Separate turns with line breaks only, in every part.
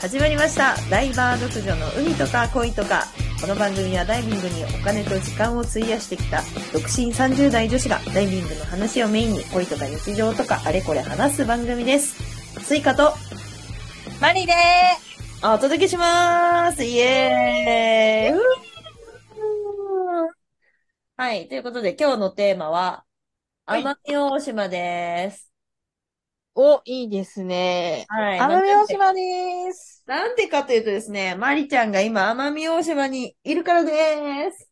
始まりましたダイバー独女の海とか恋とかこの番組はダイビングにお金と時間を費やしてきた独身30代女子がダイビングの話をメインに恋とか日常とかあれこれ話す番組ですスイカと
マリで
お届けしますイエーイふうはい、ということで今日のテーマは、
はい
奄美大島です。
お、いいですね。
はい
奄美大島です。
なんでかというとですね、マリちゃんが今、奄美大島にいるからです。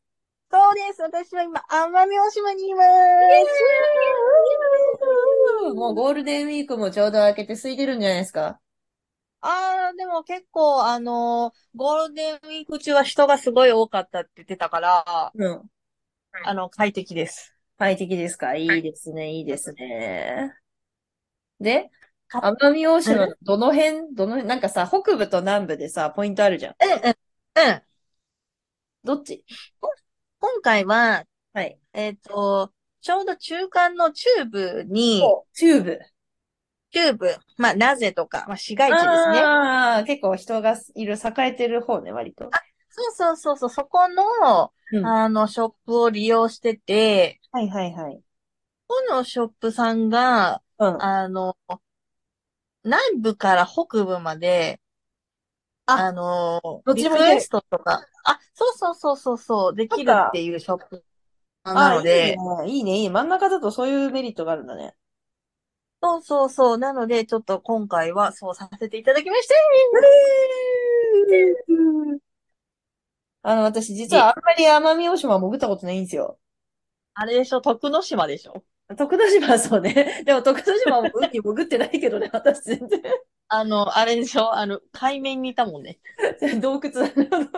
そうです。私は今、奄美大島にいます。
もうゴールデンウィークもちょうど明けて空いてるんじゃないですか。
あー、でも結構、あのーゴールデンウィーク中は人がすごい多かったって言ってたから、
うん。
あの、快適です。
快適ですかいいですね、いいですね。で、奄美大島のどの辺、どの辺、なんかさ、北部と南部でさ、ポイントあるじゃん。
うん、うん、うん。
どっち
今回は、
はい。
えっ、と、ちょうど中間の中部に、
中部。
中部、まあ、なぜとか、まあ、市街地ですね。
ああ、結構人がいる、栄えてる方ね、割と。
そうそうそうそう、そこの、
うん
あの、ショップを利用してて、
はいはいはい。
このショップさんが、
うん。
あの、南部から北部まで、
あ
あの、
どっちもいける
リクエストとか、あ、そうそうそうそうそう、できるっていうショップさんなので、
あ、いいね、いいね、いいね。真ん中だとそういうメリットがあるんだね。
そうそうそう、なので、ちょっと今回はそうさせていただきまして、
あの、私実はあんまり奄美大島は潜ったことないんですよ。
あれでしょ、徳之島でしょ
徳之島はそう ね。でも徳之島も海潜ってないけどね、私全
あの、あれでしょあの、海面にいたもんね。
然。洞窟だな。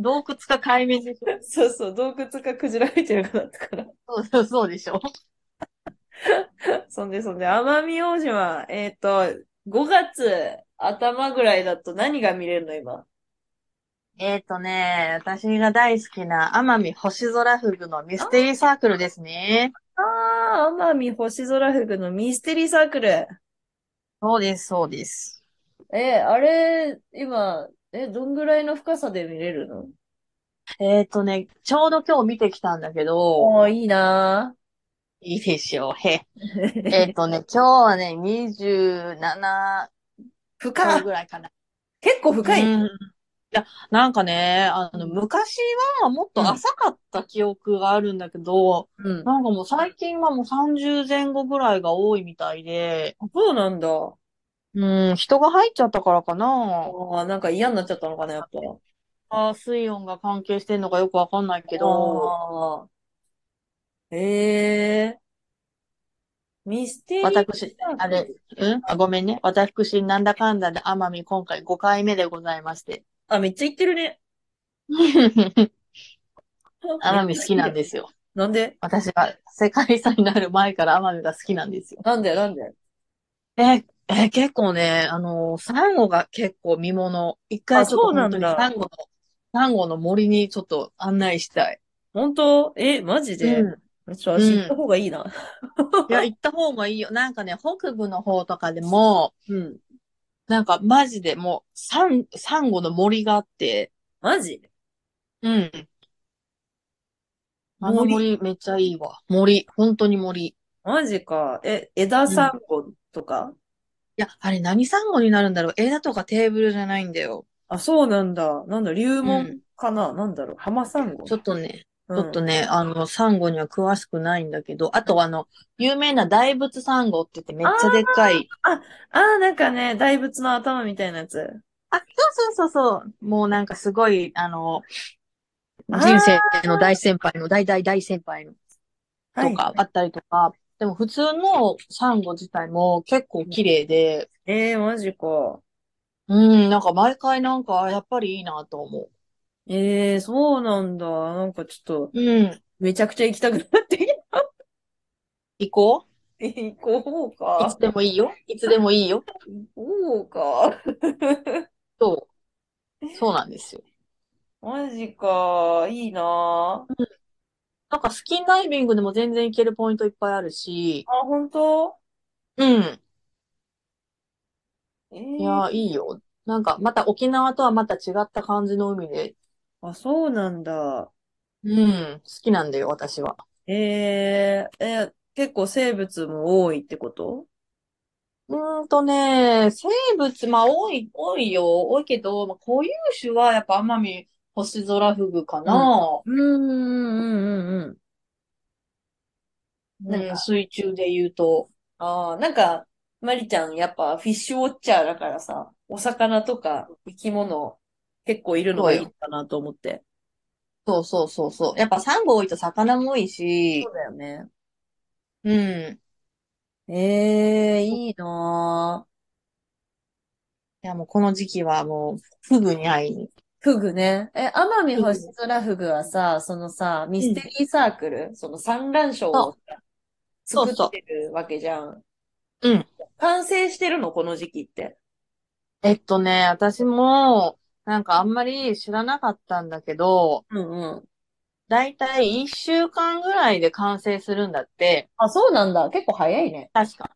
洞窟か海面でしょ
そうそう、洞窟かクジラみたいなのだったから。
そうそう、そうでしょ
そんでそんで、奄美大島、えっ、と、5月頭ぐらいだと何が見れるの今。
えっとね、私が大好きな奄美星空フグのミステリーサークルですね。
ああ、奄美星空フグのミステリーサークル。
そうです、そうです。
え、あれ、今、え、どんぐらいの深さで見れるの
えっとね、ちょうど今日見てきたんだけど、
おー、いいない
いでしょう、へ。
ぁ。
えっとね、今日はね、27
深
度
い
ぐらいかな。
結構深い。
うん。いや、なんかね、あの、
うん
昔はもっと浅かった記憶があるんだけど、
うん。
なんかもう最近はもう30前後ぐらいが多いみたいで、
そうなんだ。
うん、人が入っちゃったからかな。
ああ、なんか嫌になっちゃったのかな、やっぱ。
あー、水温が関係してんのかよくわかんないけど、
ど。ええー。ミステリー
私
サークル、
あれ、うんあ、ごめんね。私、なんだかんだで奄美今回5回目でございま して。
あ、めっちゃ行ってるね。
奄美好きなん
で。
ですよ。
なんで
私は世界遺産になる前から奄美が好きなんですよ。
なんでなんで
え、え、結構ね、あのー、サンゴが結構見もの。一回
あ
ちょっと
そうなん
本当に
だ
サンゴの、サンゴの森にちょっと案内したい。
本当え、マジで
うん
ちょっと足行った方がいいな。
いや、行った方がいいよ。なんかね、北部の方とかでも、
うん。
なんかマジでもう、サン、サンゴの森があって、
マジ
うん。あの森めっちゃいいわ。森。本当に森。い
マジか。え、枝サンゴとか
や、あれ何サンゴになるんだろう枝とかテーブルじゃないんだよ。
あ、そうなんだ。なんだ、龍
う
門
ん。
かななんだろう。浜サンゴ。
ちょっとね、ち
うん
ょっとね、あの、サンゴには詳しくないんだけど、あとあの、有名な大仏サンゴって言ってめっちゃでっかい。
ああ、なんかね、大仏の頭みたいなやつ。
あ、そうそうそうそう。もうなんかすごい、あの、
あー
人生の大先輩の、大大大先輩の。とかあ
あ
ったりとか、でも普通のサンゴ自体も結構綺麗で、
ええー、マジか。
うん、なんか毎回なんかやっぱりいいなと思
ええー、そうなんだ。なんかちょっと、
う。うん。
めちゃくちゃ行きたくなってきた。
行こ
行こう
うい
か。
つでもいいよ。いつでもいいよ。
行こうか。
そう。そうなんですよ。
マジか。いいなぁ。
なんかスキンダイビングでも全然行けるポイントいっぱいあるし、
あ、本当
うん。
え
い
ー
や、いいよ。なんか、また沖縄とはまた違った感じの海で、
あ、そうなんだ。
うん、好きなんだよ、私は。
えー、え、結構生物も多いってこと
うーんとね、生物、まあ多い、多いよ、多いけど、まあ、固有種はやっぱ奄美星空フグかな。
うんうんうんうんうん。
う、
なんんか、
水中で言うと。
ああ、なんか、マリちゃん、やっぱフィッシュウォッチャーだからさ、お魚とか生き物、結構いるのがいいかなと思って。
そうそうそうそう。やっぱサンゴ多いと魚も多いし
そう、だよね。
うん。
ええ、いいなぁ。
いや、もうこの時期はもう、フグに会いに。
フグね。え、奄美
フグ
星空フグはさ、そのさ、ミステリーサークル、その産卵床をさ
そう
作
そう
ってるわけじゃん。
うん。
完成してるの、この時期って。
えっとね、私も、なんかあんまり知らなかったんだけど、
うんうん。
だいたい一週間ぐらいで完成するんだって、
あ、そうなんだ。結構早いね。
確か。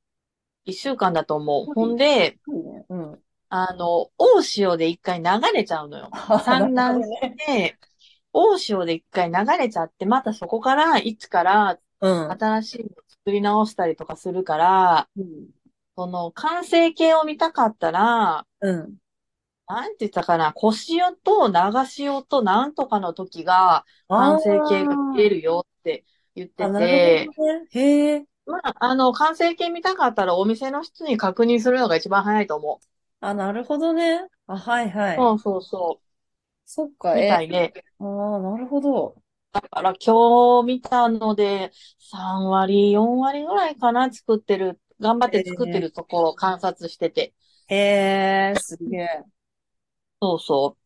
一週間だと思
うん
う。ほんで、
いいね。うん。
あの、大潮で一回流れちゃう のよ。産
なるほ
卵
どね。
して、大潮で一回流れちゃって、またそこから、一から
うん。
新しいの作り直したりとかするから、
うん。
その完成形を見たかったら、
うん。
なんて言ったかな、小潮と流潮となんとかの時が
あ
完
ー
成形が見えるよって言って
あ、な
て
る、ほどね。へえ。
まあ、あの、完成形見たかったらお店の人に確認するのが一番早いと思
あ、なるほどね。あ、はいは
う。
い。
そうそうそ
そっ
う。
か、
みた
え
いで。
ー。ああ、なるほど。
だから今日見たので、3割、4割ぐらいかな、作ってる。頑張って作ってるところを観察してて。
へえ、すげえ。
そうそ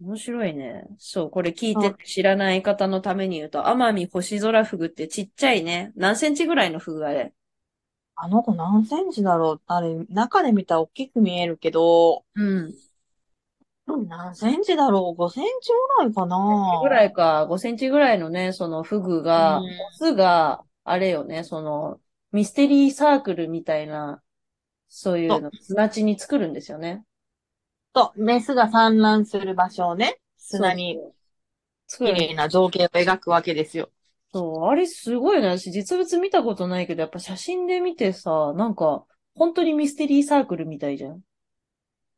面白いね。そう、これ聞いてて知らない方のために言うと、奄美星空フグってちっちゃいね。何センチぐらいのフグあれ。
う。あの子何センチだろうあれ、中で見たら大きく見えるけど、
うん。
うん何センチだろう ?5 センチぐらいかな
ぐらいか、5センチぐらいのね、そのフグが、
うん
オスが、あれよね、その、ミステリーサークルみたいな、そういうの、砂地に作るんですよね。
と、メスが産卵する場所をね、砂に
そう
綺
作
麗
る。
な造形を描くわけですよ。
そう、あれすごいね。私実物見たことないけど、やっぱ写真で見てさ、なんか、本当にミステリーサークルみたいじゃん。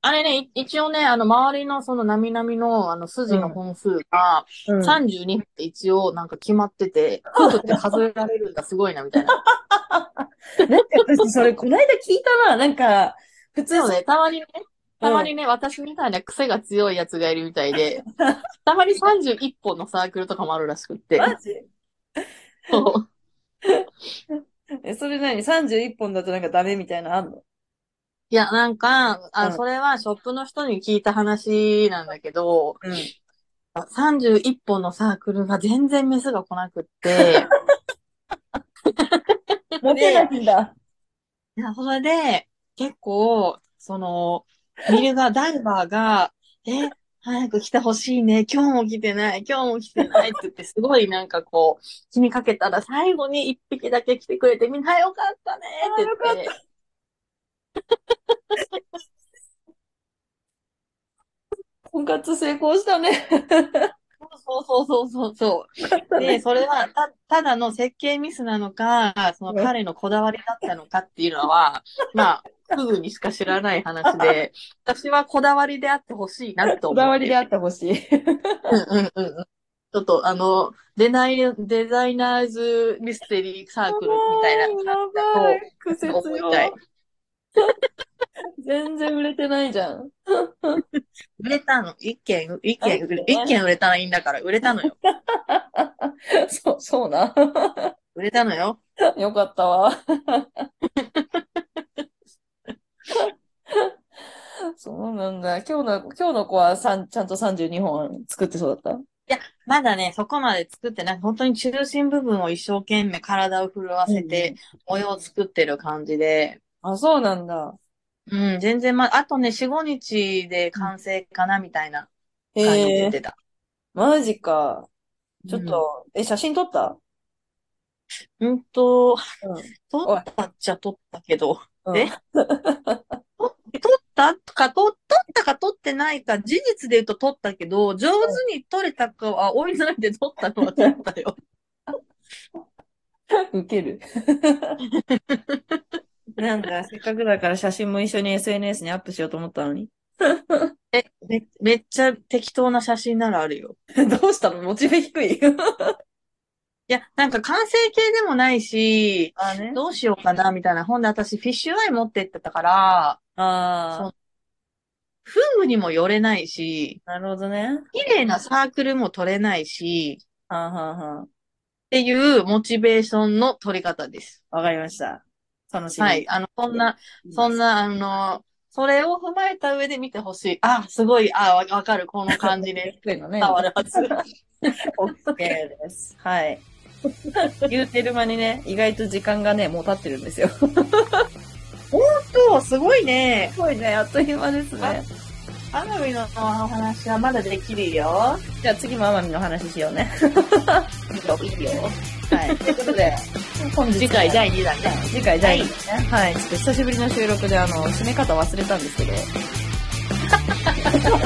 あれね、い一応ね、あの、周りのその、なみなみの、あの、筋の本数が、
うん
32って一応、なんか決まってて、フグって数えられるんだ、すごいな、みたい な。
なん か私、それ、こないだ聞いたな。なんか、普通
でも
そう
ね、たまにね、たまにね、私みたいな癖が強いやつがいるみたいで、たまに31本のサークルとかもあるらしくって。
マジ
そう
え、それ何 ?31 本だとなんかダメみたいなのあんの
いや、なんか、
う
あ、
ん
それはショップの人に聞いた話なんだけど、
うん。
31本のサークルが全然メスが来なく って、
モテないんだ。
いや、それで、結構、その、ミルが、ダイバーが、え、早く来てほしいね。今日も来てない。今日も来てないって言って、すごいなんかこう、気にかけたら最後に一匹だけ来てくれて、みんなよかったねって言って。
婚活成功したね。
そうそうそうそうそう。で、それはた、ただの設計ミスなのか、その彼のこだわりだったのかっていうのは、まあ、フグにしか知らない話 で、私はこだわりであってほしいなと思う。
こだわりであってほしい。
うんうんうんうん。ちょっとあの、デザイン、デザイナーズミステリーサークルみたいな感じだと
やばい。苦節
思いたい
よ。全然売れてないじゃん。
売れたの。一件、一
あ
件、売れ
そうね
一件売れたらいいんだから、売れたのよ。
そう、そうな。
売れたのよ。
よかったわ。 そうなんだ。今日の、今日の子はさんちゃんと32本作ってそうだっ
まだね、そこまで作ってない。本当に中心部分を一生懸命体を震わせて、模様を作ってる感じで。
たあ、そうなんだ。
うん、全然ま、あとね、4、5日で完成かな、みたいな
へ
感じで言っ
え、
てた。
マジか。ちょっと、え、写真撮った
うん。うんと、
うん
撮ったっちゃ撮ったけど。
うん
え撮っったかと、取ったか取ってないか、事実で言うと取ったけど、上手に取れたかは、おいないで取ったのは取ったよ。
ウケる。なんだ、せっかくだから写真も一緒に SNS にアップしようと思ったのに。
え、め、めっちゃ適当な写真ならあるよ。
どうしたのモチベ低い。
いや、なんか完成形でもないし、
あね。
どうしようかな、みたいな。ほんで、私、フィッシュアイ持ってってたから、
ああ、
フグにも寄れないし、
なるほどね。
綺麗なサークルも取れないし、っ
はあ、はあは
ていうモチベーションの取り方です。
あ、わかりました。楽しみ。
はい。あの、そんな、そんな、あの、それを踏まえた上で見てほしい。あ、すごい、あ、わわかる、この感 じで
低いのね
伝。わるはず。
OK です。 はい。言うてる間にね、意外と時間がね、もう経ってるんですよ。す
そう、すごいね。
ごいね、あっという間ですね。
花火のお話はまだできるよ。
じゃあ次も奄美の話しようね。
いいよ。
はい。ということで、本日
次回第2弾ね。
次回第2弾ね。はい。ちょっと久しぶりの収録で、あの、締め方忘れたんです けど。と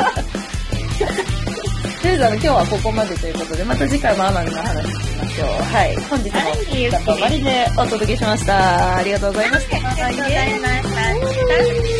りあえず、あの、今日はここまでということで、また次回も奄美の話しましょう。はい。本日も、
はい、ゆっ
頑
く
張
り。
りでお届けしました。ありがとうございました。
ありがとうございました。